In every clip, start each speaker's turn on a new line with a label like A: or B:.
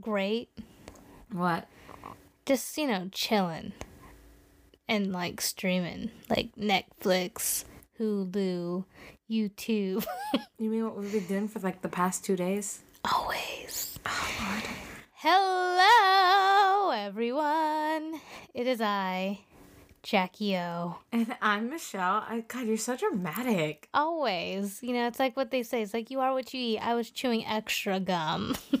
A: great?
B: What?
A: Just, you know, chilling and like streaming, like Netflix, Hulu, YouTube.
B: You mean what we've been doing for like the past two days?
A: Always. Hello, everyone. It is I, Jackie O.
B: And I'm Michelle. I, God, you're so dramatic.
A: Always. You know, it's like what they say. It's like you are what you eat. I was chewing extra gum. um,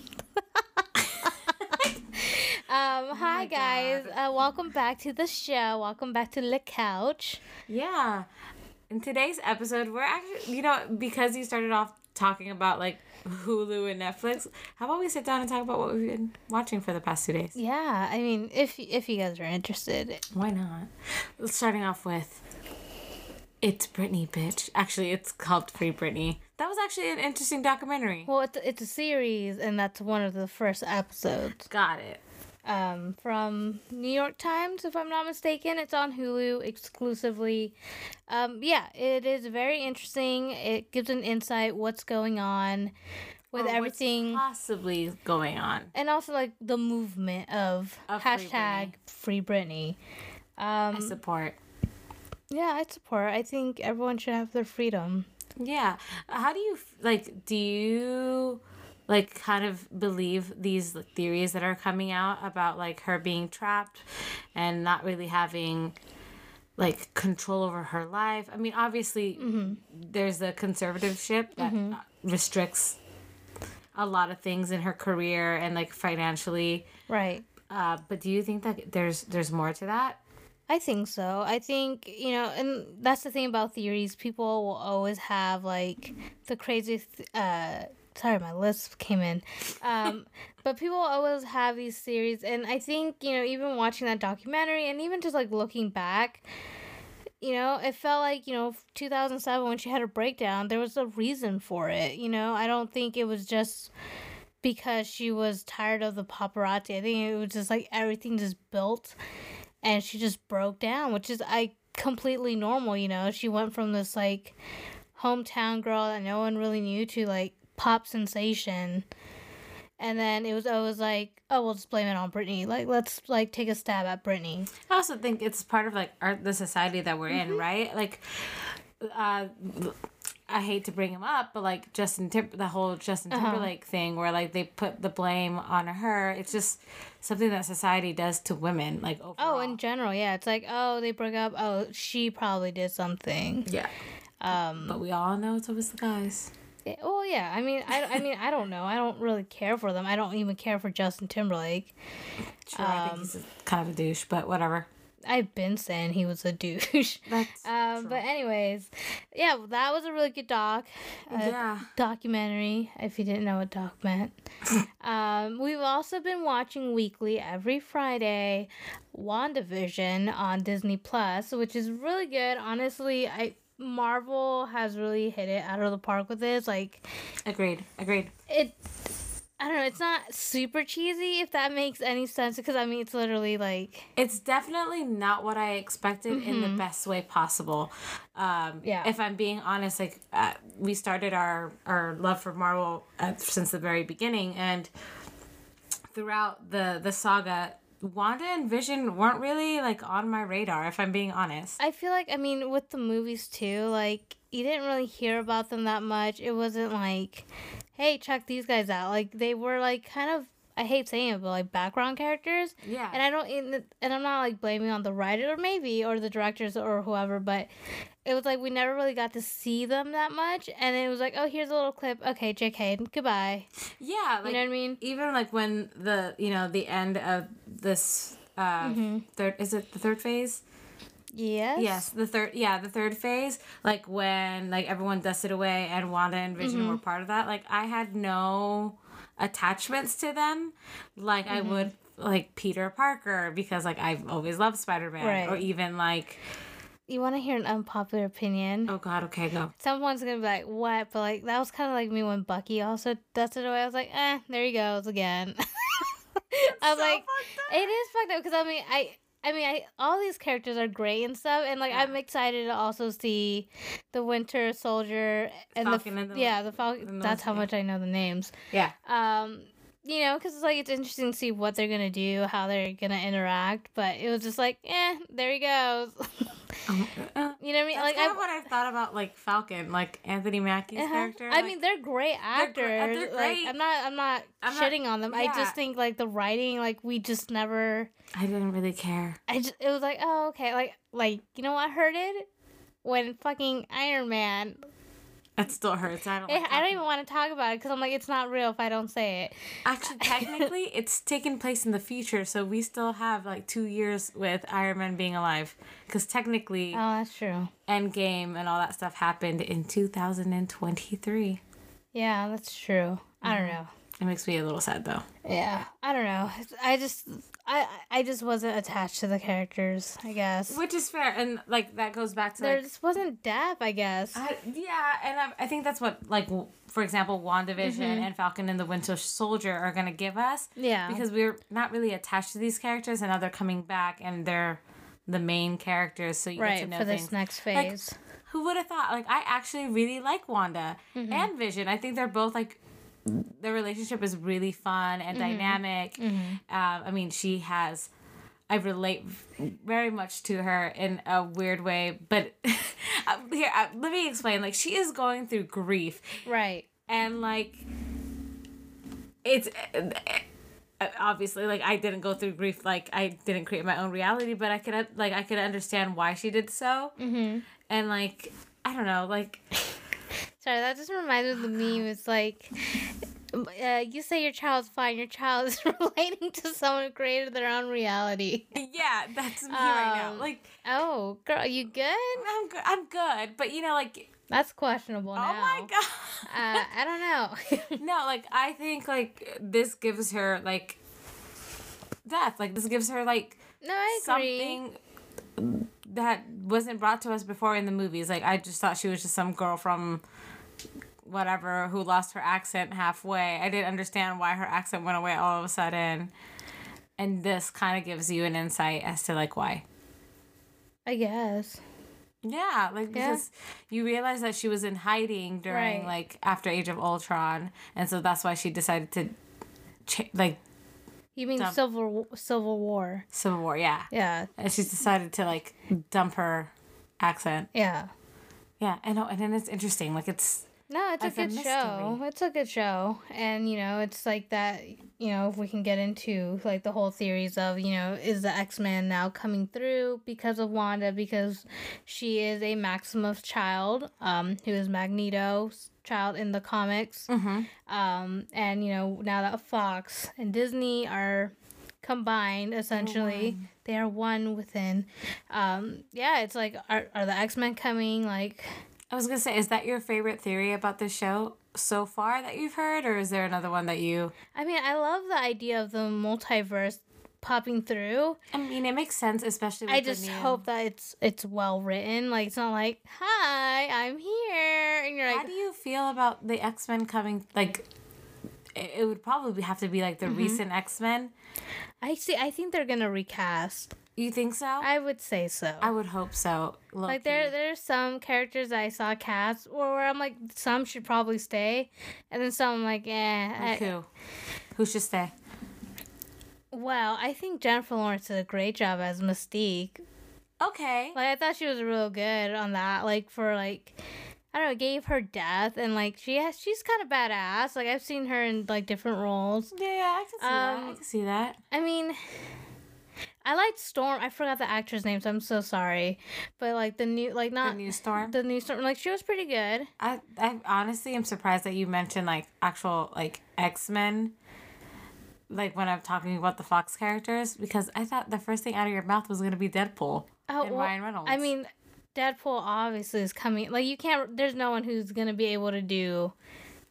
A: Um, hi, guys. Uh, welcome back to the show. Welcome back to the couch.
B: Yeah. In today's episode, we're actually, you know, because you started off talking about like Hulu and Netflix, how about we sit down and talk about what we've been watching for the past two days?
A: Yeah, I mean, if if you guys are interested,
B: Why not? Starting off with It's Britney, bitch. Actually, it's called Free Britney. That was actually an interesting documentary.
A: well, it's, it's a series, and that's one of the first episodes.
B: Got it.
A: um, from New York Times, if I'm not mistaken. It's on Hulu exclusively. Um, yeah, it is very interesting. It gives an insight what's going on with
B: Or Oh, what's
A: everything,
B: possibly going on.
A: and also like the movement of
B: Of Free
A: hashtag Free Britney.
B: I support.
A: Yeah, I support. I think everyone should have their freedom.
B: Yeah. How do you f- like? Do you like kind of believe these like, theories that are coming out about like her being trapped and not really having like control over her life? I mean, obviously, there's the conservative ship that uh, restricts a lot of things in her career and like financially.
A: Right.
B: Uh, but do you think that there's there's more to that?
A: I think so. I think, you know, and that's the thing about theories. People will always have like the crazy th- uh sorry, my lisp came in. Um but people always have these theories and I think, you know, even watching that documentary and even just like looking back, you know, it felt like, you know, 2007 when she had her breakdown, there was a reason for it, you know. I don't think it was just because she was tired of the paparazzi. I think it was just like everything just built and she just broke down, which is I completely normal, you know. She went from this like hometown girl that no one really knew to like pop sensation. And then it was always like, oh, we'll just blame it on Britney. Like, let's like take a stab at Britney.
B: I also think it's part of like our, the society that we're
A: Mm-hmm.
B: in, right? Like, uh, I hate to bring him up, but like Justin Timber, the whole Justin
A: Uh-huh.
B: Timberlake thing, where like they put the blame on her. It's just something that society does to women, like overall.
A: Oh, in general, yeah, it's like, oh, they broke up. Oh, she probably did something.
B: yeah. Um, but we all know it's always the guys.
A: Yeah, Eh, well, yeah. I mean, I, I mean, I don't know. I don't really care for them. I don't even care for Justin Timberlake.
B: Sure, I think he's
A: Um,
B: a, kind of a douche, but whatever.
A: I've been saying he was a douche.
B: That's
A: Um, but anyways, yeah, well, that was a really good doc. Uh,
B: Yeah.
A: Documentary, if you didn't know what doc meant. um, we've also been watching weekly every Friday, WandaVision on Disney Plus, which is really good. Honestly, I Marvel has really hit it out of the park with this. Like
B: agreed, agreed.
A: it. I don't know. It's not super cheesy, if that makes any sense, because I mean, it's literally like
B: It's definitely not what I expected in the best way possible. Um,
A: Mm-hmm. Yeah.
B: If I'm being honest, like uh, we started our our love for Marvel uh, since the very beginning, and throughout the the saga, Wanda and Vision weren't really like on my radar. If I'm being honest,
A: I feel like I mean with the movies too, like you didn't really hear about them that much. It wasn't like, hey, check these guys out. Like they were like kind of I hate saying it, but like background characters.
B: yeah.
A: And I don't and and I'm not like blaming on the writer maybe or the directors or whoever, but it was like we never really got to see them that much. And it was like, oh, here's a little clip. Okay, JK, goodbye.
B: yeah,
A: You
B: like
A: know what I mean?
B: even like when the you know the end of this uh,
A: Mm-hmm.
B: third is it the third phase.
A: Yes.
B: Yes, the third yeah, the third phase, like when like everyone dusted away and Wanda and Vision
A: Mm-hmm.
B: were part of that, like I had no attachments to them like I
A: Mm-hmm.
B: would like Peter Parker because like I've always loved Spider-Man or
A: Right.
B: even like
A: You want to hear an unpopular opinion?
B: oh god, okay, go.
A: someone's gonna be like, "What?" But like that was kind of like me when Bucky also dusted away. I was like, "Eh, there he goes again." I was
B: so
A: like,
B: fucked up.
A: "It is fucked up," because I mean, I. I mean, I, all these characters are great and stuff, and like I'm excited to also see the Winter Soldier and
B: Falcon
A: the,
B: and the-
A: yeah the
B: and
A: Falcon.
B: those
A: That's how
B: two.
A: much I know the names.
B: Yeah.
A: Um, you know, because it's like it's interesting to see what they're gonna do, how they're gonna interact. But it was just like, eh, there he goes. you
B: Uh,
A: know what I mean?
B: That's
A: like
B: kind
A: I,
B: of what I've thought about like Falcon, like Anthony Mackie's
A: Uh-huh.
B: character.
A: I
B: like,
A: mean, they're great actors.
B: gr- uh, they're
A: Like,
B: great.
A: I'm not, I'm not
B: I'm not-
A: shitting on them. I
B: yeah.
A: just think like the writing, like we just never.
B: I didn't really care.
A: I just, it was like, oh okay, like, like you know what hurted when fucking Iron Man.
B: It still hurts. I don't.
A: Eh,
B: like
A: I don't
B: Falcon.
A: even want to talk about it because I'm like, it's not real if I don't say it.
B: Actually, technically, it's taking place in the future, so we still have like two years with Iron Man being alive, because technically,
A: Oh, that's true.
B: Endgame and all that stuff happened in 2023.
A: Yeah, that's true. I don't know.
B: It makes me a little sad though.
A: Yeah, I don't know. I just, I, I just wasn't attached to the characters. I guess
B: Which is fair, and like that goes back to
A: there
B: like,
A: just wasn't depth. I guess.
B: I, yeah, and I, I think that's what like w- for example, WandaVision and Falcon and the Winter Soldier are gonna give us.
A: Mm-hmm. Yeah.
B: because we're not really attached to these characters, and now they're coming back, and they're the main characters, so you get to
A: right
B: know
A: for
B: things.
A: this next phase.
B: Who would have thought? Like, I actually really like Wanda and Vision. I think they're both like their relationship is really fun and dynamic. Um, I mean, she has. I relate very much to her in a weird way, but uh, here uh, let me explain. Like, she is going through grief,
A: right.
B: and like it's uh, uh, obviously like i didn't go through grief like i didn't create my own reality but i could uh, like i could understand why she did so mm-hmm. and like i don't know like
A: Sorry, that just reminds me of the meme. It's like, uh, you say your child's fine. Your child is relating to someone who created their own reality.
B: yeah that's me right now
A: Um,
B: like
A: Oh, girl, you good?
B: i'm good i'm good but you know like
A: That's questionable now.
B: oh my god
A: Uh, I don't know.
B: no like i think like this gives her like death like this gives her like
A: no, I agree.
B: something that wasn't brought to us before in the movies. Like I just thought she was just some girl from whatever who lost her accent halfway. I didn't understand why her accent went away all of a sudden. And this kind of gives you an insight as to like why.
A: I guess.
B: Yeah, like
A: Yeah.
B: because you realize that she was in hiding during
A: Right.
B: like after Age of Ultron, and so that's why she decided to, cha- like
A: You mean
B: Dumb.
A: civil civil war?
B: Civil War. Yeah,
A: Yeah,
B: and she's decided to like dump her accent.
A: yeah.
B: Yeah, I know, and then it's interesting. Like it's
A: No, it's a
B: As a
A: good show. It's a good show, and you know, it's like that. You know, if we can get into like the whole theories of you know, is the X Men now coming through because of Wanda because she is a Maximus child, um, who is Magneto's child in the comics,
B: Mm-hmm.
A: um, and you know, now that Fox and Disney are combined essentially they are one within um yeah it's like are, are the x-men coming like
B: I was gonna say, is that your favorite theory about the show so far that you've heard, or is there another one that you?
A: I mean, I love the idea of the multiverse popping through.
B: I mean, it makes sense, especially. With
A: I
B: the
A: just
B: new-
A: hope that it's it's well written. Like it's not like, "Hi, I'm here," and you're
B: How
A: like,
B: do you feel about the X Men coming? Like, it it would probably have to be like the
A: Mm-hmm.
B: recent X Men.
A: "I see." I think they're gonna recast.
B: You think so? I,
A: I would say so.
B: would hope so.
A: like there, there's some characters I saw cast, or where I'm like, some should probably stay, and then some I'm like, eh. I-
B: who? Who should stay?
A: well, I think Jennifer Lawrence did a great job as Mystique.
B: Okay.
A: Like I thought she was real good on that. Like for like, I don't know, gave her death and like she has she's kind of badass. Like I've seen her in like different roles.
B: yeah, yeah, I can see that. I
A: Um,
B: can see that.
A: I mean, I liked Storm. I forgot the actress' name, so I'm so sorry. But like the new like
B: The
A: not
B: new storm.
A: the new Storm. Like she was pretty good.
B: I, I honestly am surprised that you mentioned like actual like X Men. Like when I'm talking about the Fox characters, because I thought the first thing out of your mouth was gonna be Deadpool.
A: Oh,
B: And Ryan Reynolds.
A: I mean, Deadpool obviously is coming. Like you can't. There's no one who's gonna be able to do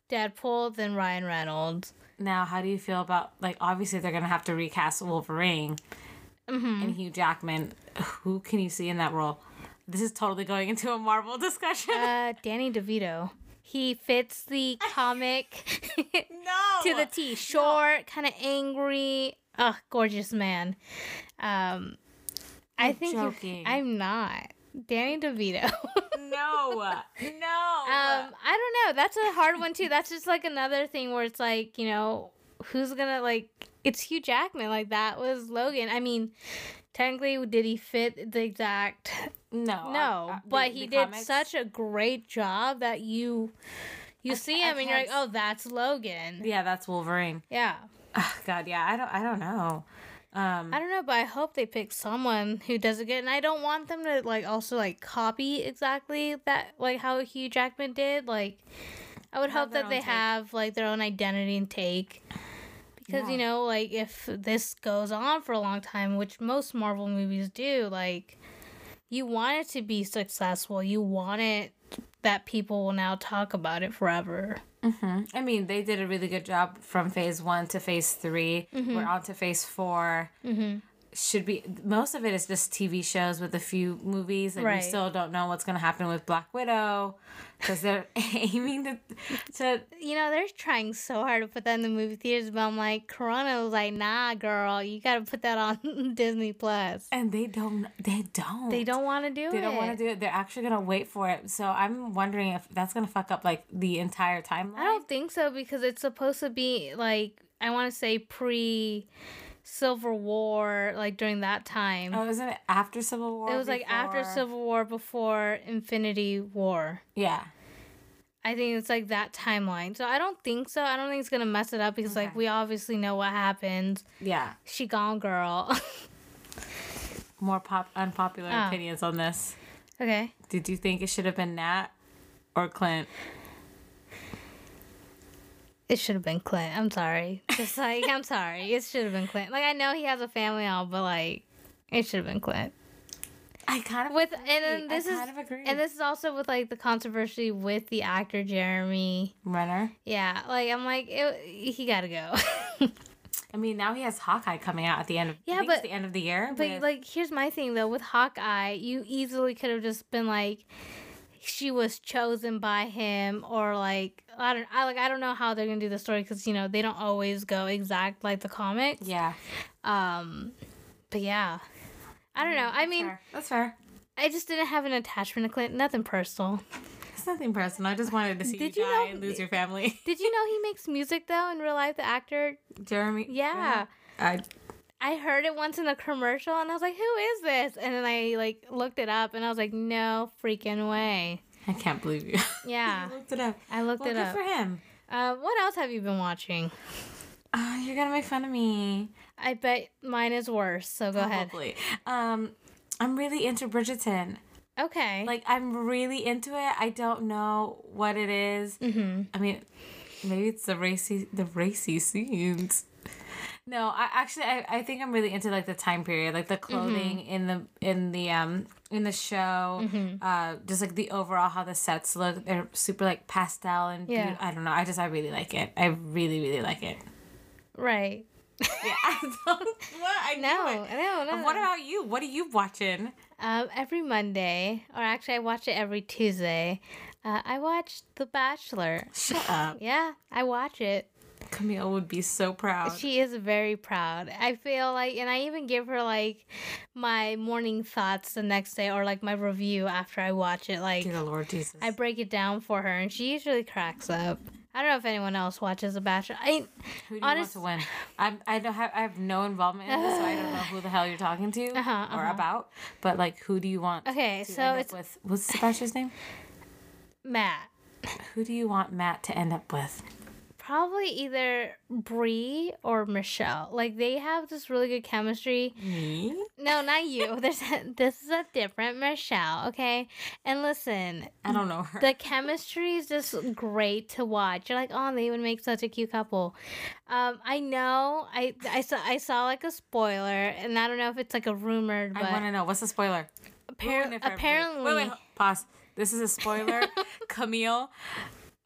A: Deadpool than Ryan Reynolds.
B: Now, how do you feel about like obviously they're gonna have to recast Wolverine
A: Mm-hmm.
B: and Hugh Jackman? Who can you see in that role? This is totally going into a Marvel discussion.
A: Uh, Danny DeVito. He fits the comic.
B: no,
A: to the T. Short, kind of angry. Ugh, gorgeous man. Um, I think you-
B: joking.
A: I'm not Danny DeVito. um,
B: no, no. Uh,
A: I don't know. That's a hard one too. That's just like another thing where it's like you know who's gonna like? It's Hugh Jackman. Like that was Logan. I mean, technically, did he fit the exact?
B: No.
A: no,
B: uh, uh, the-
A: but
B: the
A: he did
B: comics-
A: such a great job that you, you
B: I-
A: see
B: I
A: him and you're like,
B: can't s-
A: oh, that's Logan.
B: Yeah, that's Wolverine.
A: yeah.
B: Ugh, God, yeah. I don't. I don't know. Um,
A: I don't know, but I hope they pick someone who does it good. And I don't want them to like also like copy exactly that like how Hugh Jackman did. Like I would
B: Have
A: hope
B: their
A: that
B: own
A: they
B: take.
A: have like their own identity and take. Because you
B: Yeah.
A: know, like if this goes on for a long time, which most Marvel movies do, like you want it to be successful. You want it that people will now talk about it forever.
B: mhm. I mean, they did a really good job from phase one to phase 3 we We're on to phase four.
A: Mm-hmm.
B: Should be most of it is just TV shows with a few movies. Like
A: Right.
B: we still don't know what's gonna happen with Black Widow because they're aiming to to
A: you know they're trying so hard to put that in the movie theaters but i'm like corona was like nah girl you gotta put that on disney plus
B: and they don't they don't
A: they don't want to do
B: they
A: it
B: don't want to do it. They're actually gonna wait for it. So I'm wondering if that's gonna fuck up like the entire timeline.
A: i don't think so because it's supposed to be like i want to say pre civil war like during that time
B: Oh, isn't it after Civil War?
A: it was like after
B: before-
A: civil war before infinity war
B: Yeah.
A: I think it's like that timeline. So I don't think so. I don't think it's gonna mess it up because like
B: Okay.
A: we obviously know what happens.
B: Yeah.
A: She gone girl.
B: More pop unpopular
A: Oh.
B: opinions on this.
A: okay.
B: Did you think it should have been Nat or Clint?
A: It should have been Clint. I'm sorry. Just like I'm sorry. It should have been Clint. Like I know he has a family and all, but like it should have been Clint.
B: I kind of
A: With and then
B: I
A: this is
B: kind of agree.
A: and this is also with like the controversy with the actor Jeremy.
B: Renner.
A: Yeah, like I'm like it, he got to go.
B: I mean, now he has Hawkeye coming out at the end of
A: Yeah,
B: I think it's
A: but-
B: the end of the year.
A: but
B: with-
A: like here's my thing though with Hawkeye, you easily could have just been like she was chosen by him or like I don't I like I don't know how they're going to do the story cuz you know, they don't always go exact like the comics.
B: yeah,
A: Um, but yeah, I don't know. I mean,
B: fair. Mm, that's fair.
A: I just didn't have an attachment to Clint. Nothing personal.
B: It's nothing personal. I just wanted to see
A: Did
B: you
A: you
B: die
A: know-
B: and lose your family.
A: Did you know he makes music though in real life? The actor.
B: Jeremy.
A: Yeah,
B: Renner? I
A: I heard it once in a commercial, and I was like, "Who is this?" And then I like looked it up, and I was like, "No freaking way!"
B: I can't believe you.
A: Yeah,
B: you looked it up.
A: I looked
B: Well,
A: it
B: good
A: up.
B: for him.
A: uh, what else have you been watching?
B: Oh, you're gonna make fun of me.
A: I bet mine is worse. So go ahead.
B: Probably. Um, I'm really into Bridgerton.
A: Okay.
B: Like, I'm really into it. I don't know what it is.
A: hmm
B: I mean, maybe it's the racy, the racy scenes. No, I actually, I, I think I'm really into like the time period, like the
A: Mm-hmm.
B: clothing in the in the um in the show,
A: Mm-hmm.
B: uh, just like the overall how the sets look. They're super like pastel and
A: Yeah.
B: beaut- I don't know. I just I really like it. I really really like it.
A: right.
B: Yeah, I don't. What I
A: No,
B: knew it.
A: no, no.
B: What about you? What are you watching?
A: Um, every Monday, or actually, I watch it every Tuesday. Uh, I watch The Bachelor.
B: Shut up.
A: Yeah, I watch it.
B: Camille would be so proud.
A: She is very proud. I feel like, and I even give her like my morning thoughts the next day, or like my review after I watch it. Like
B: Dear Lord Jesus.
A: I break it down for her, and she usually cracks up. I don't know if anyone else watches The Bachelor. I
B: who do you
A: honest-
B: want to win? I'm, I don't have I have no involvement in this, so I don't know who the hell you're talking to
A: Uh-huh,
B: or
A: uh-huh.
B: about. But like, who do you want?
A: okay,
B: to
A: so
B: end up
A: it's
B: with what's Sebastian's name?
A: Matt.
B: Who do you want Matt to end up with?
A: Probably either Bree or Michelle. Like they have this really good chemistry.
B: Me?
A: No, not you. There's this is a different Michelle, okay? And listen,
B: I don't know her.
A: the chemistry is just great to watch. You're like, oh, they would make such a cute couple. Um, I know, I I saw I saw like a spoiler, and I don't know if it's like a rumored,
B: I want
A: but
B: to know what's the spoiler.
A: appar-
B: Ruin it for everybody.
A: apparently,
B: Wait, wait, ho- pause. This is a spoiler. Camille,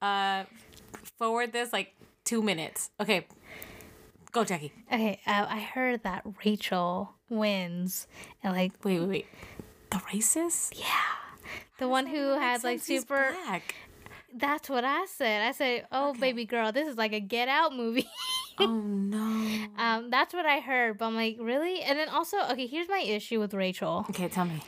B: uh, forward this like two minutes. Okay, go, Jackie.
A: okay, uh, I heard that Rachel wins, and like
B: Wait, wait, wait. The racist? Yeah.
A: the one who had like super.
B: Black.
A: That's what I said. I said, oh baby girl, this is like a Get Out movie.
B: Oh no.
A: Um, that's what I heard, but I'm like, really? And then also, okay, here's my issue with Rachel.
B: Okay, tell me.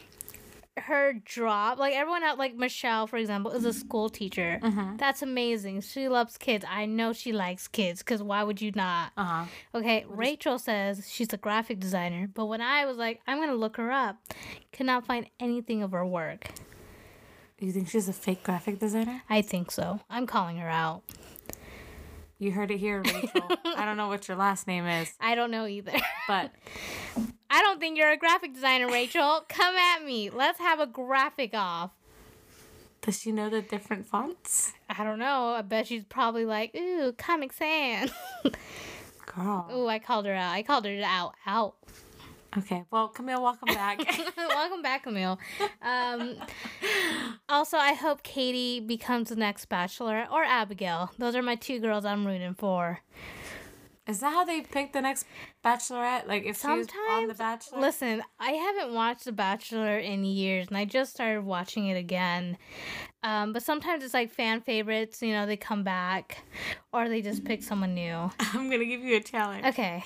A: her job, like everyone out, like Michelle, for example, is a school teacher. That's amazing. She loves kids. I know she likes kids because why would you not?
B: Uh huh.
A: Okay, Rachel says she's a graphic designer, but when I was like, I'm gonna look her up, could not find anything of her work.
B: You think she's a fake graphic designer?
A: I think so. I'm calling her out.
B: You heard it here, Rachel. I don't know what your last name is,
A: I don't know either.
B: but
A: I don't think you're a graphic designer, Rachel. Come at me. Let's have a graphic off.
B: does she know the different fonts?
A: I don't know. I bet she's probably like, ooh, Comic Sans.
B: Girl.
A: ooh, I called her out. I called her out. Out.
B: Okay. Well, Camille, welcome back.
A: Welcome back, Emil. Um, also, I hope Katie becomes the next Bachelor or Abigail. Those are my two girls I'm rooting for.
B: is that how they pick the next Bachelorette? Like if she was on the
A: Sometimes-
B: Bachelor?
A: Listen, I haven't watched The Bachelor in years, and I just started watching it again. Um, but sometimes it's like fan favorites, you know, they come back or they just pick someone new.
B: I'm gonna give you a challenge.
A: Okay.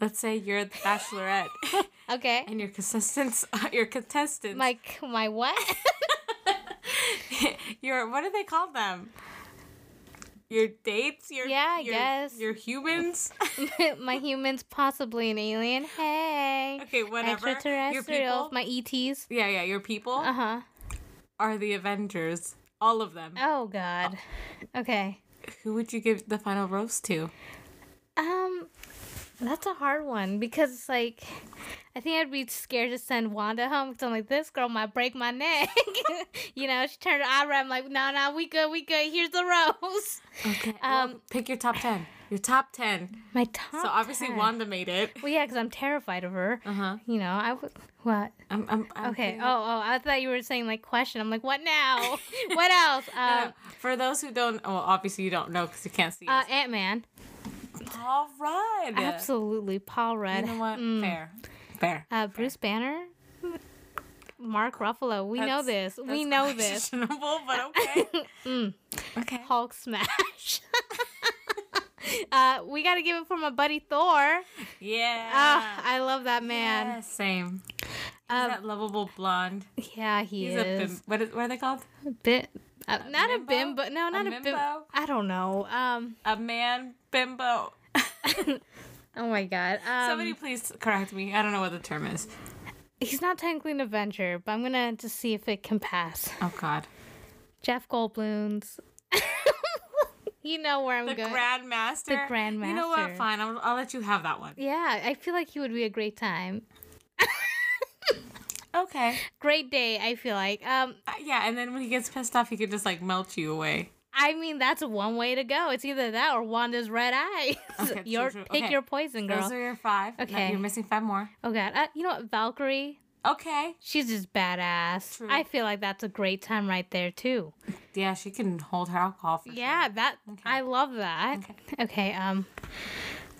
B: Let's say you're the Bachelorette
A: Okay.
B: and your contestants, your contestants,
A: My, my what?
B: your what do they call them? Your dates, your
A: Yeah, I
B: your,
A: guess.
B: your humans.
A: my humans, possibly an alien. Hey.
B: okay, whatever. Your
A: Extraterrestrials,
B: people. Uh-huh.
A: my E ETs.
B: yeah, yeah. Your people
A: Uh huh.
B: are the Avengers. All of them.
A: Oh God. Okay.
B: Who would you give the final roast to?
A: Um, that's a hard one because it's like, I think I'd be scared to send Wanda home because I'm like, this girl might break my neck. you know, she turned her eyebrow. I'm like, no, no, we good, we good. Here's the rose.
B: Okay. Um,
A: Um,
B: pick your top ten. Your top ten.
A: My top.
B: so obviously
A: 10.
B: Wanda made it.
A: Well, yeah, because I'm terrified of her.
B: Uh huh.
A: You know, I would. What?
B: I'm, I'm, I'm
A: Uh-huh. Okay.
B: putting
A: Oh, oh, I thought you were saying like question. I'm like, what now? what else?
B: Uh,
A: Um,
B: for those who don't, well, obviously you don't know because you can't see
A: uh,
B: us.
A: Ant Man.
B: All right.
A: Absolutely. Mm. Paul Rudd.
B: You know what? Fair. Fair.
A: Uh, Bruce Banner, Mark Ruffalo. We know this.
B: That's-
A: We
B: that's
A: know this. Mm.
B: questionable, but okay. Okay.
A: Hulk smash. uh, we got to give it for my buddy Thor. Ah,
B: Yeah.
A: I love that
B: yeah.
A: man.
B: Same. He's
A: Um,
B: that lovable blonde.
A: Yeah, he
B: He's a
A: is.
B: bim- what, is, what are they called?
A: Bit. Uh, not a
B: bimbo?
A: bimbo. No, not a, bimbo.
B: mimbo?
A: I don't know. Um.
B: A man bimbo.
A: Oh my god. Um,
B: Somebody please correct me. I don't know what the term is.
A: He's not technically an Avenger, but I'm gonna just see if it can pass.
B: Oh God.
A: Jeff Goldblum's. you know where I'm
B: The
A: going.
B: grandmaster.
A: The Grandmaster.
B: You know what? Fine. I'll, I'll let you have that one.
A: yeah, I feel like he would be a great time.
B: Okay.
A: great day i feel like um
B: Uh, yeah. And then when he gets pissed off, he could just like melt you away.
A: i mean that's one way to go it's either that or wanda's red eyes
B: Okay,
A: your
B: true, true.
A: pick
B: Okay.
A: your poison girl
B: Those are your five. No,
A: Okay.
B: you're missing five more.
A: oh god uh, you know what valkyrie
B: Okay.
A: she's just badass
B: True.
A: i feel like that's a great time right there too
B: Yeah, she can hold her alcohol. For
A: yeah that i love that okay, um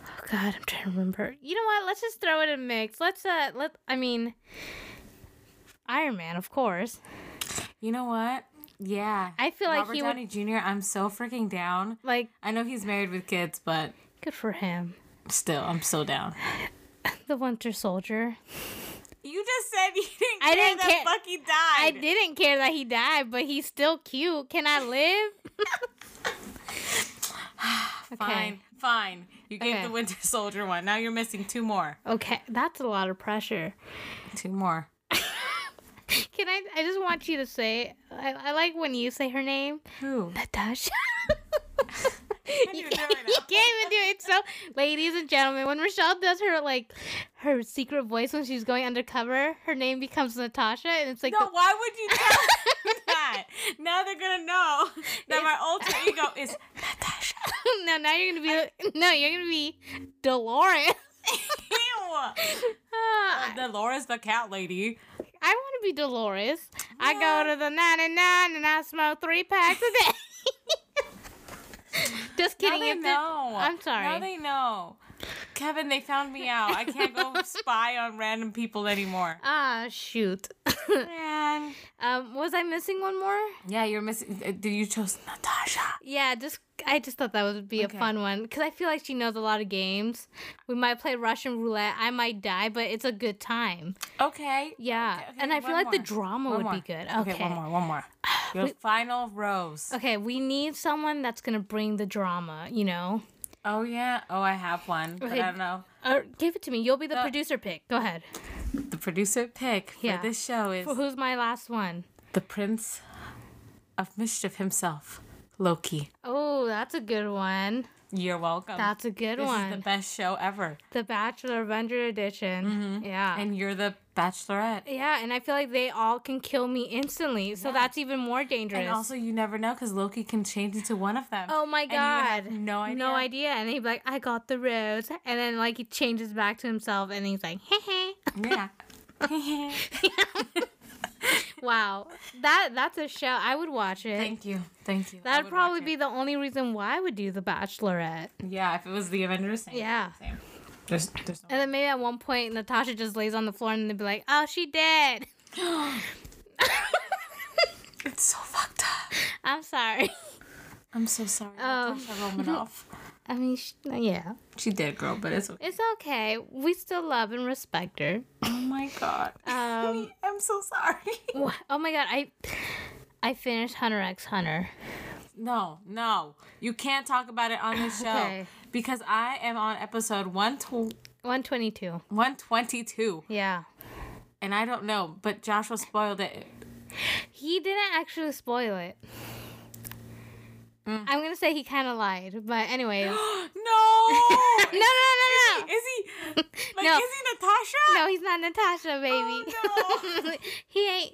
A: oh god i'm trying to remember you know what let's just throw it in mix let's uh let i mean iron man of course
B: You know what? Yeah.
A: I feel like
B: Robert
A: he would-
B: Downey Jr. I'm so freaking down.
A: like
B: I know he's married with kids, but
A: good for him
B: still, I'm so down.
A: the winter soldier
B: You just said you didn't
A: I didn't care.
B: Bucky died.
A: I didn't care that he died, but he's still cute. Can I live?
B: Fine, fine. You gave
A: Okay.
B: the Winter Soldier one. Now you're missing two more.
A: Okay, that's a lot of pressure.
B: Two more.
A: Can I? I just want you to say. I, I like when you say her name,
B: Who?
A: Natasha.
B: do
A: You
B: it
A: can't,
B: right
A: you can't even do it. So, ladies and gentlemen, when Rochelle does her like her secret voice when she's going undercover, her name becomes Natasha, and it's like
B: No,
A: the-
B: why would you tell them that? Now they're gonna know that my alter ego is Natasha.
A: no, now you're gonna be no, you're gonna be Dolores.
B: Ew.
A: Ah,
B: Dolores the cat lady.
A: I want to be Dolores. I
B: Ah.
A: go to the 99 and I smoke three packs a day. Just
B: Now
A: kidding.
B: they
A: if the-
B: know.
A: I'm sorry.
B: Now they know. Kevin, they found me out. I can't go spy on random people anymore.
A: Ah, shoot.
B: Man.
A: um, was I missing one more?
B: Yeah, you're missing. uh, Did you chose Natasha?
A: Yeah, just I just thought that would be
B: Okay.
A: a fun one because I feel like she knows a lot of games. We might play Russian roulette. I might die, but it's a good time.
B: Okay.
A: Yeah,
B: Okay, okay,
A: and I feel
B: one
A: like the
B: more.
A: drama
B: One
A: would
B: more.
A: be good.
B: Okay.
A: Okay.
B: one more, one more. Your final rose.
A: Okay, we need someone that's gonna bring the drama. You know,
B: Oh yeah. Oh, I have one, but
A: Okay.
B: I don't know.
A: or give it to me. You'll
B: Uh,
A: be the producer pick. Go ahead.
B: The producer pick for
A: Yeah.
B: this show is
A: Who's my last one?
B: the Prince of Mischief himself, Loki.
A: Oh, that's a good one.
B: You're welcome.
A: That's a good
B: Um, this
A: one.
B: is the
A: the,
B: best show ever,
A: Bachelor Avenger edition. Yeah.
B: Mm-hmm. and you're the Bachelorette.
A: yeah, and I feel like they all can kill me instantly, so that's even more dangerous.
B: And also, you never know because Loki can change into one of them.
A: Oh my
B: you
A: god.
B: have no idea.
A: No idea. And he'd be like, I got the rose. And then like he changes back to himself and he's like, hey hey.
B: Yeah.
A: Wow. That that's a show. I would watch it.
B: Thank you. Thank you. I
A: That'd
B: would
A: probably
B: watch
A: be the only reason why I would do The Bachelorette.
B: it. Yeah, if it was the Avengers. Same.
A: Yeah.
B: Same. There's, there's no-
A: And then maybe at one point Natasha just lays on the floor and they'd be like, Oh, she dead.
B: it's so fucked up.
A: I'm sorry.
B: I'm so sorry.
A: Oh.
B: Natasha Romanoff.
A: I mean, sh yeah.
B: she did, girl, but it's okay.
A: It's okay. We still love and respect her.
B: Oh my god.
A: Um,
B: I'm so sorry.
A: Wha- Oh my god, I I finished Hunter X Hunter.
B: No, no. You can't talk about it on this show
A: Okay.
B: because I am on episode 1
A: 122.
B: 122
A: Yeah.
B: and I don't know, but Joshua spoiled it.
A: He didn't actually spoil it.
B: Mm.
A: I'm gonna say he kind of lied, but anyways. no,
B: No!
A: no, no, no,
B: Is he like
A: No.
B: is he Natasha?
A: no. He's not Natasha, baby.
B: Oh, no. Ah.
A: he ain't.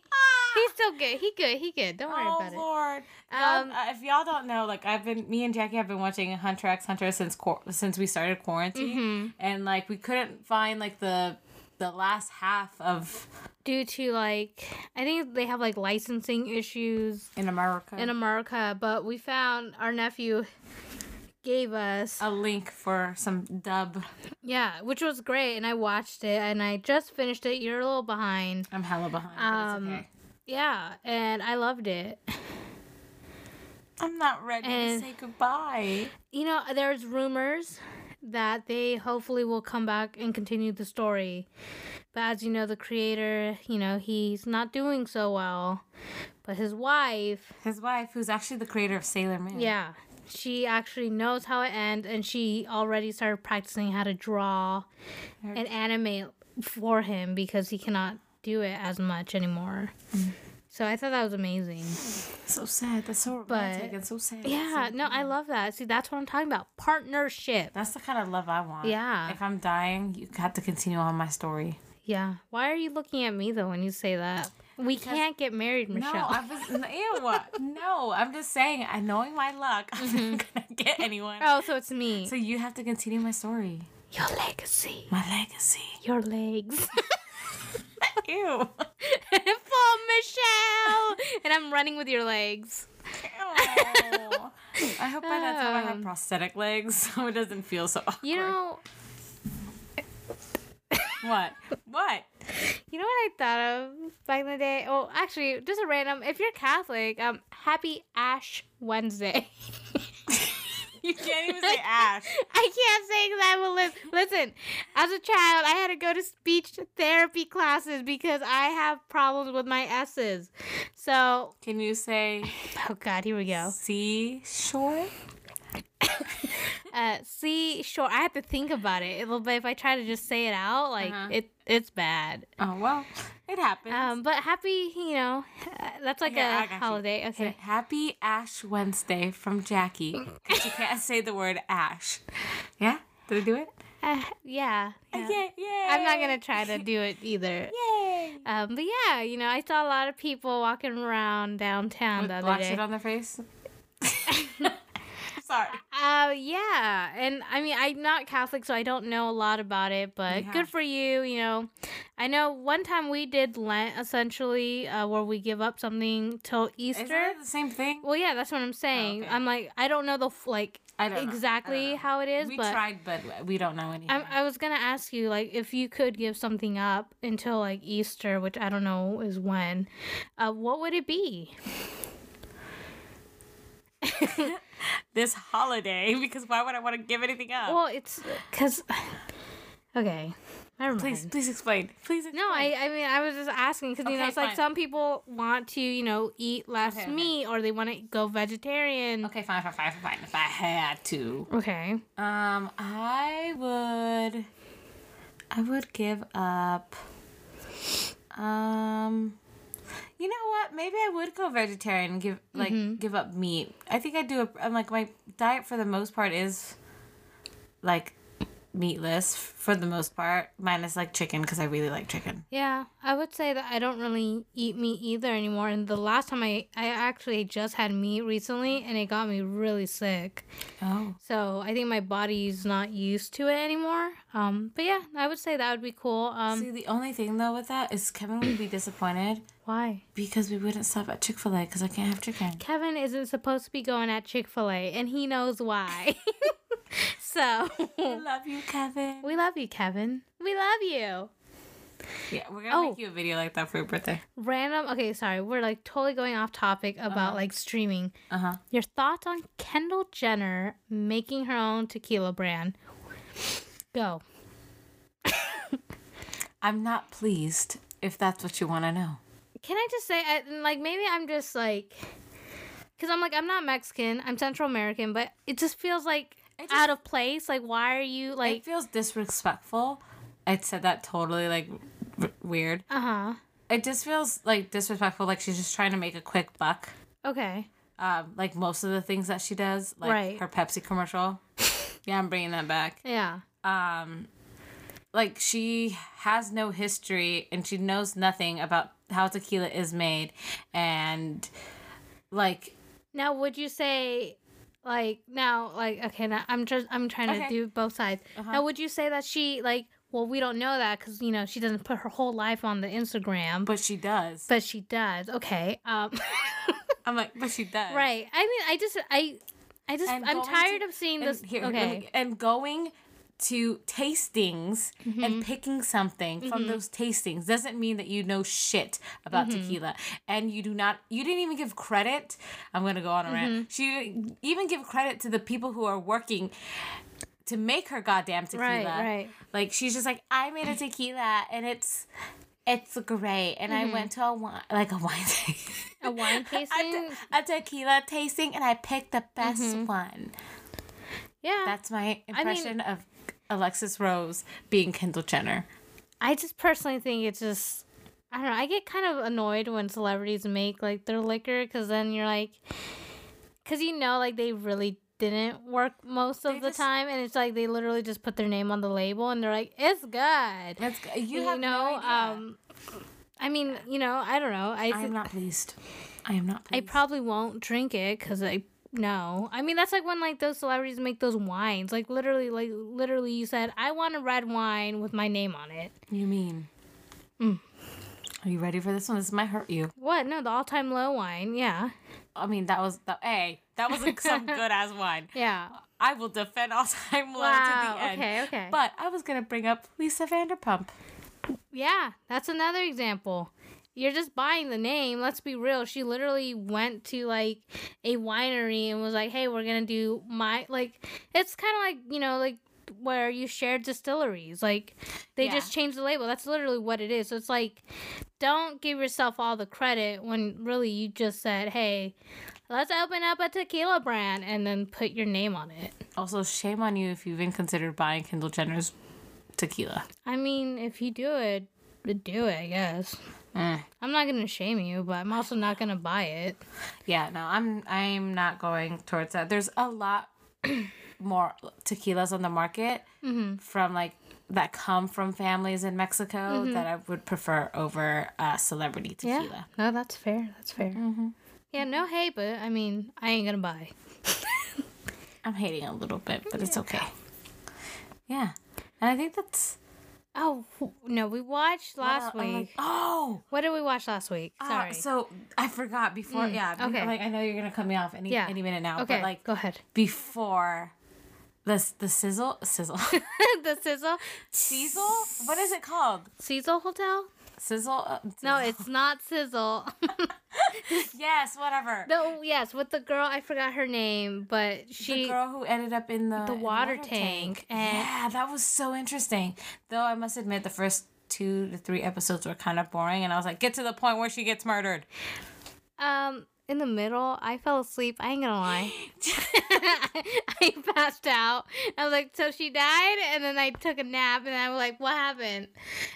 A: He's still good. He good. He good. Don't worry
B: Oh
A: about it.
B: Lord! Y'all-
A: Um,
B: uh, if y'all don't know, like I've been, me and Jackie have been watching Hunter X Hunter since quar since we started quarantine,
A: Mm-hmm.
B: and like we couldn't find like the the last half of
A: Due to like, I think they have like licensing issues
B: in America
A: in America, but we found our nephew gave us
B: a link for some dub.
A: yeah, which was great, and I watched it, and I just finished it. You're a little behind.
B: I'm hella behind. but
A: Um,
B: it's okay.
A: Yeah, and I loved it.
B: I'm not ready
A: and-
B: to say goodbye.
A: you know, there's rumors that they hopefully will come back and continue the story. But as you know, the creator, you know, he's not doing so well. But his wife,
B: His wife, who's actually the creator of Sailor Moon.
A: yeah, she actually knows how it ends and she already started practicing how to draw and animate for him because he cannot do it as much anymore. So I thought that was amazing.
B: So sad. That's so romantic and so sad.
A: Yeah, no, I love that. See, that's what I'm talking about. Partnership.
B: That's the kind of love I want.
A: Yeah.
B: If I'm dying, you have to continue on my story.
A: Yeah. Why are you looking at me though when you say that? We can't get married, Michelle.
B: No, I was ew. no, I'm just saying. I knowing my luck, I'm not gonna get anyone.
A: oh, so it's me.
B: So you have to continue my story,
A: your legacy.
B: my legacy.
A: Your legs.
B: Ew.
A: Full Michelle. and I'm running with your legs.
B: I hope by that time I have prosthetic legs, so it doesn't feel so awkward.
A: You know,
B: what? What?
A: you know what I thought of back in the day? Oh, actually, just a random. If you're Catholic, um, Happy Ash Wednesday.
B: You can't even say ash.
A: I can't say because I will live. Listen, as a child, I had to go to speech therapy classes because I have problems with my S's. So,
B: Can you say
A: oh God, here we go.
B: seashore?
A: Uh, see, sure, I have to think about it. It'll, but if I try to just say it out, like
B: Uh-huh.
A: it, it's bad.
B: Oh well, it happens.
A: Um, but happy, you know, uh, that's like
B: Yeah, I
A: a
B: got you.
A: holiday.
B: Say,
A: Okay,
B: Happy Ash Wednesday from Jackie. 'Cause you can't say the word ash. Yeah? Did I do it?
A: uh, yeah, yeah.
B: Yay, yay.
A: I'm not gonna try to do it either.
B: Yay.
A: Um, but yeah, you know, I saw a lot of people walking around downtown the
B: With
A: other
B: black
A: day.
B: shit on their face. Sorry.
A: Uh, yeah, and I mean, I'm not Catholic, so I don't know a lot about it, but
B: Yeah.
A: good for you. You know, I know one time we did Lent essentially, uh, where we give up something till
B: Isn't
A: Easter.
B: it the same thing?
A: Well, yeah, that's what I'm saying.
B: Oh, okay.
A: I'm like, I don't know the f- like
B: I don't know. I don't
A: exactly
B: know.
A: how it is,
B: We
A: but
B: tried, but we don't know anything.
A: I, I was gonna ask you like if you could give something up until like Easter, which I don't know is when. Uh, what would it be?
B: this holiday, because why would I want to give anything up?
A: Well, it's because. Okay, never mind.
B: please, please explain. Please. Explain.
A: No, I, I mean, I was just asking because you
B: Okay,
A: know, it's
B: fine.
A: like some people want to, you know, eat less
B: Okay, okay.
A: meat or they want to go vegetarian.
B: Okay, fine, fine, fine, fine. If I had to,
A: Okay.
B: um, I would, I would give up. Um, you know what? Maybe I would go vegetarian. And give like give up meat. I think I do. A, I'm like my diet for the most part is, like, meatless for the most part, minus like chicken because I really like chicken.
A: Yeah, I would say that I don't really eat meat either anymore. And the last time I, I actually just had meat recently and it got me really sick.
B: Oh.
A: So I think my body's not used to it anymore. Um, but yeah, I would say that would be cool. Um,
B: See, the only thing though with that is Kevin would be disappointed
A: why?
B: because we wouldn't stop at Chick Fil A because I can't have chicken.
A: Kevin isn't supposed to be going at Chick fil A and he knows why. so
B: I love you, Kevin.
A: we love you, Kevin. We love you.
B: Yeah, we're gonna
A: Oh.
B: make you a video like that for your birthday.
A: random okay sorry we're like totally going off topic about like streaming
B: Uh huh.
A: your thoughts on kendall jenner making her own tequila brand go
B: I'm not pleased if that's what you want to know.
A: can i just say I, like maybe i'm just like because i'm like i'm not mexican i'm central american but it just feels like
B: just-
A: out of place like why are you
B: It
A: like
B: feels disrespectful. I said that totally like w- weird.
A: uh-huh
B: It just feels like disrespectful. Like she's just trying to make a quick buck.
A: okay
B: Um, like most of the things that she does, like
A: Right.
B: her Pepsi commercial. yeah, I'm bringing that back.
A: yeah
B: um like she has no history and she knows nothing about how tequila is made and like
A: now would you say like now like okay now i'm just i'm trying
B: Okay. Uh-huh.
A: to do both sides now would you say that she like well we don't know that because you know she doesn't put her whole life on the instagram but,
B: but she does
A: she does okay um
B: i'm like but she does
A: right i mean i just i i just
B: And
A: i'm
B: going
A: tired
B: to-
A: of seeing
B: and
A: this
B: here, let me-
A: okay
B: and going to tastings
A: Mm-hmm.
B: and picking something from those tastings doesn't mean that you know shit about
A: Mm-hmm.
B: tequila and you do not you didn't even give credit i'm gonna go on a
A: Mm-hmm.
B: rant she didn't even give credit to the people who are working to make her goddamn tequila
A: Right, right.
B: like she's just like i made a tequila and it's it's great and
A: Mm-hmm.
B: i went to a wine like a wine tasting
A: a wine
B: a,
A: tasting
B: te- a tequila tasting and i picked the best
A: Mm-hmm.
B: one
A: yeah
B: that's
A: I
B: my
A: mean-
B: impression of Alexis Rose being Kendall Jenner.
A: I just personally think it's just I don't know. I get kind of annoyed when celebrities make like their liquor because then you're like, because you know, like they really didn't work most of
B: They
A: the
B: just-
A: time, and it's like they literally just put their name on the label and they're like, it's good.
B: That's g- you
A: You,
B: have
A: know,
B: no idea.
A: um, I mean, you know, I don't know. I
B: I am not pleased. I am not
A: I
B: pleased.
A: probably won't drink it because I no. I mean, that's like when like those celebrities make those wines. Like literally, like literally, you said I want a red wine with my name on it.
B: you mean?
A: Mm.
B: Are you ready for this one? This might hurt you.
A: What? No, the all-time low wine. Yeah.
B: I mean, that was the hey, that was like some good ass wine.
A: Yeah.
B: I will defend all time low
A: Wow,
B: to the end.
A: okay, okay.
B: But I was gonna bring up Lisa Vanderpump.
A: Yeah. That's another example. You're just buying the name. Let's be real. She literally went to like a winery and was like, hey, we're going to do my. Like, it's kind of like, you know, like where you share distilleries. Like, they
B: Yeah.
A: just changed the label. That's literally what it is. So it's like, don't give yourself all the credit when really you just said, hey, let's open up a tequila brand and then put your name on it.
B: Also, shame on you if you even considered buying Kendall Jenner's tequila.
A: I mean, if you do it, then do it, I guess.
B: Mm.
A: I'm not gonna shame you, but I'm also not gonna buy it.
B: Yeah, no, I'm I'm not going towards that. There's a lot more tequilas on the market
A: Mm-hmm.
B: from like that come from families in Mexico that I would prefer over uh, celebrity
A: Mm-hmm. Yeah.
B: tequila.
A: No, that's fair. That's fair.
B: Mm-hmm.
A: Yeah, no hate, but I mean, I ain't gonna buy.
B: I'm hating a little bit, but it's okay. Yeah, and I think that's
A: Oh wh- no, we watched last
B: Well, I'm like,
A: week.
B: oh,
A: what did we watch last week?
B: uh,
A: Sorry. Mm,
B: so I forgot before. yeah. be-
A: okay.
B: Like I know you're gonna cut me off any
A: Yeah.
B: any minute now.
A: okay,
B: But like
A: go ahead.
B: before the the sizzle sizzle
A: the Sizzle,
B: sizzle. What is it called?
A: Sizzle Hotel.
B: Sizzle. uh,
A: No, it's not Sizzle.
B: yes. Whatever.
A: no, yes, with the girl I forgot her name, but she
B: the girl who ended up in the, in
A: water tank, and-
B: yeah, that was so interesting. Though I must admit, the first two to three episodes were kind of boring, and I was like, get to the point where she gets murdered.
A: um in the middle I fell asleep. I ain't gonna lie. I passed out. I was like, so she died, and then I took a nap, and I was like, what happened?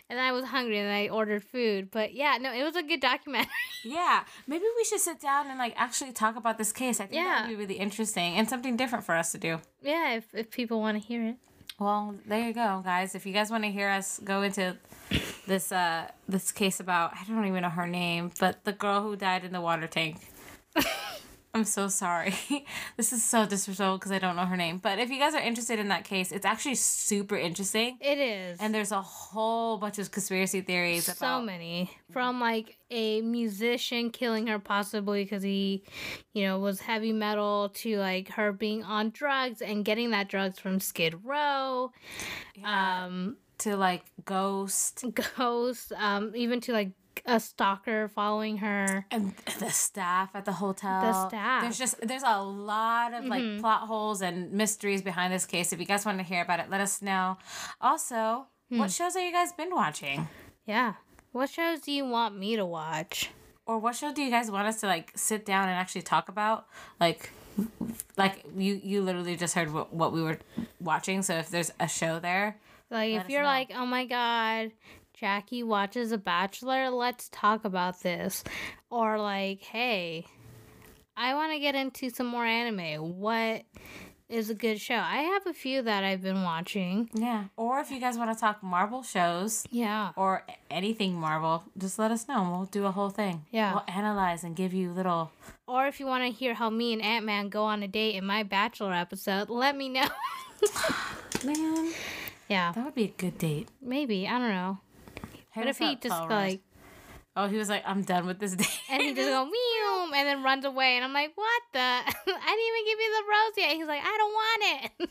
A: And I was hungry, and I ordered food. But yeah, no, it was a good documentary.
B: Yeah, maybe we should sit down and like actually talk about this case. I think that
A: Yeah.
B: would be really interesting and something different for us to do.
A: yeah, if if people want to hear it.
B: Well, there you go, guys. If you guys want to hear us go into this uh this case about I don't even know her name, but the girl who died in the water tank. I'm so sorry. this is so disrespectful because I don't know her name. But if you guys are interested in that case, it's actually super interesting.
A: It is.
B: And there's a whole bunch of conspiracy theories
A: so
B: about
A: many from like a musician killing her possibly because he you know was heavy metal to like her being on drugs and getting that drugs from skid row um
B: to like ghost
A: ghosts um even to like a stalker following her
B: and the staff at the Mm-hmm. hotel.
A: staff.
B: There's just there's a lot of like plot holes and mysteries behind this case. If you guys want to hear about it, let us know. Also, what shows have you guys been watching?
A: yeah what shows do you want me to watch
B: Or what show do you guys want us to like sit down and actually talk about? Like like you you literally just heard what, what we were watching, so if there's a show there,
A: like
B: us
A: if you're
B: know.
A: like oh my god jackie watches a bachelor let's talk about this or like hey i want to get into some more anime what is a good show i have a few that i've been watching
B: yeah. Or if you guys want to talk Marvel shows
A: yeah
B: or a- anything Marvel, just let us know and we'll do a whole thing.
A: Yeah.
B: We'll analyze and give you little
A: or if you want to hear how me and ant-man go on a date in my bachelor episode let me know
B: man.
A: yeah
B: That would be a good date.
A: maybe i don't know
B: Hit
A: but if
B: us
A: he
B: up,
A: just
B: Paul Rudd.
A: like
B: oh, he was like, I'm done with this date.
A: and he just go meow and then runs away and i'm like what the i didn't even give you the rose yet he's like i don't want it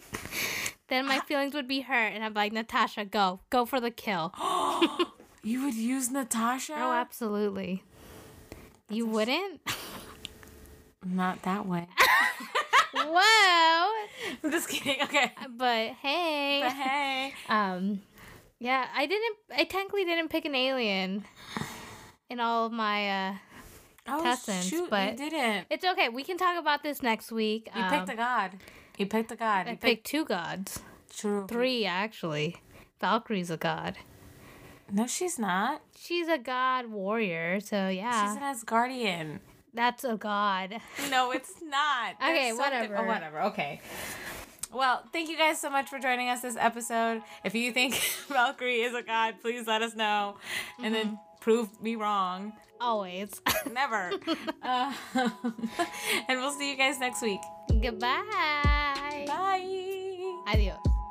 A: then
B: Ah.
A: my feelings would be hurt and i'm like natasha go go for the kill oh
B: you would use Natasha?
A: absolutely you wouldn't
B: Not that way.
A: whoa
B: I'm just kidding. Okay.
A: but hey
B: But hey,
A: um yeah i didn't i technically didn't pick an alien in all of my uh
B: oh
A: Cousins,
B: shoot,
A: but-
B: you didn't.
A: it's okay we can talk about this next week
B: You picked a god. You picked a god.
A: i
B: You
A: picked, two gods
B: true.
A: three actually valkyrie's a god
B: No, she's not.
A: She's a god warrior, so yeah.
B: She's an Asgardian.
A: That's a god.
B: No, it's not. There's
A: Okay,
B: something-
A: whatever.
B: Oh, whatever. Okay. Well, thank you guys so much for joining us this episode. If you think Valkyrie is a god, please let us know, and then
A: Mm-hmm.
B: prove me wrong.
A: Always.
B: Never. uh, and we'll see you guys next week.
A: Goodbye.
B: Bye.
A: Adios.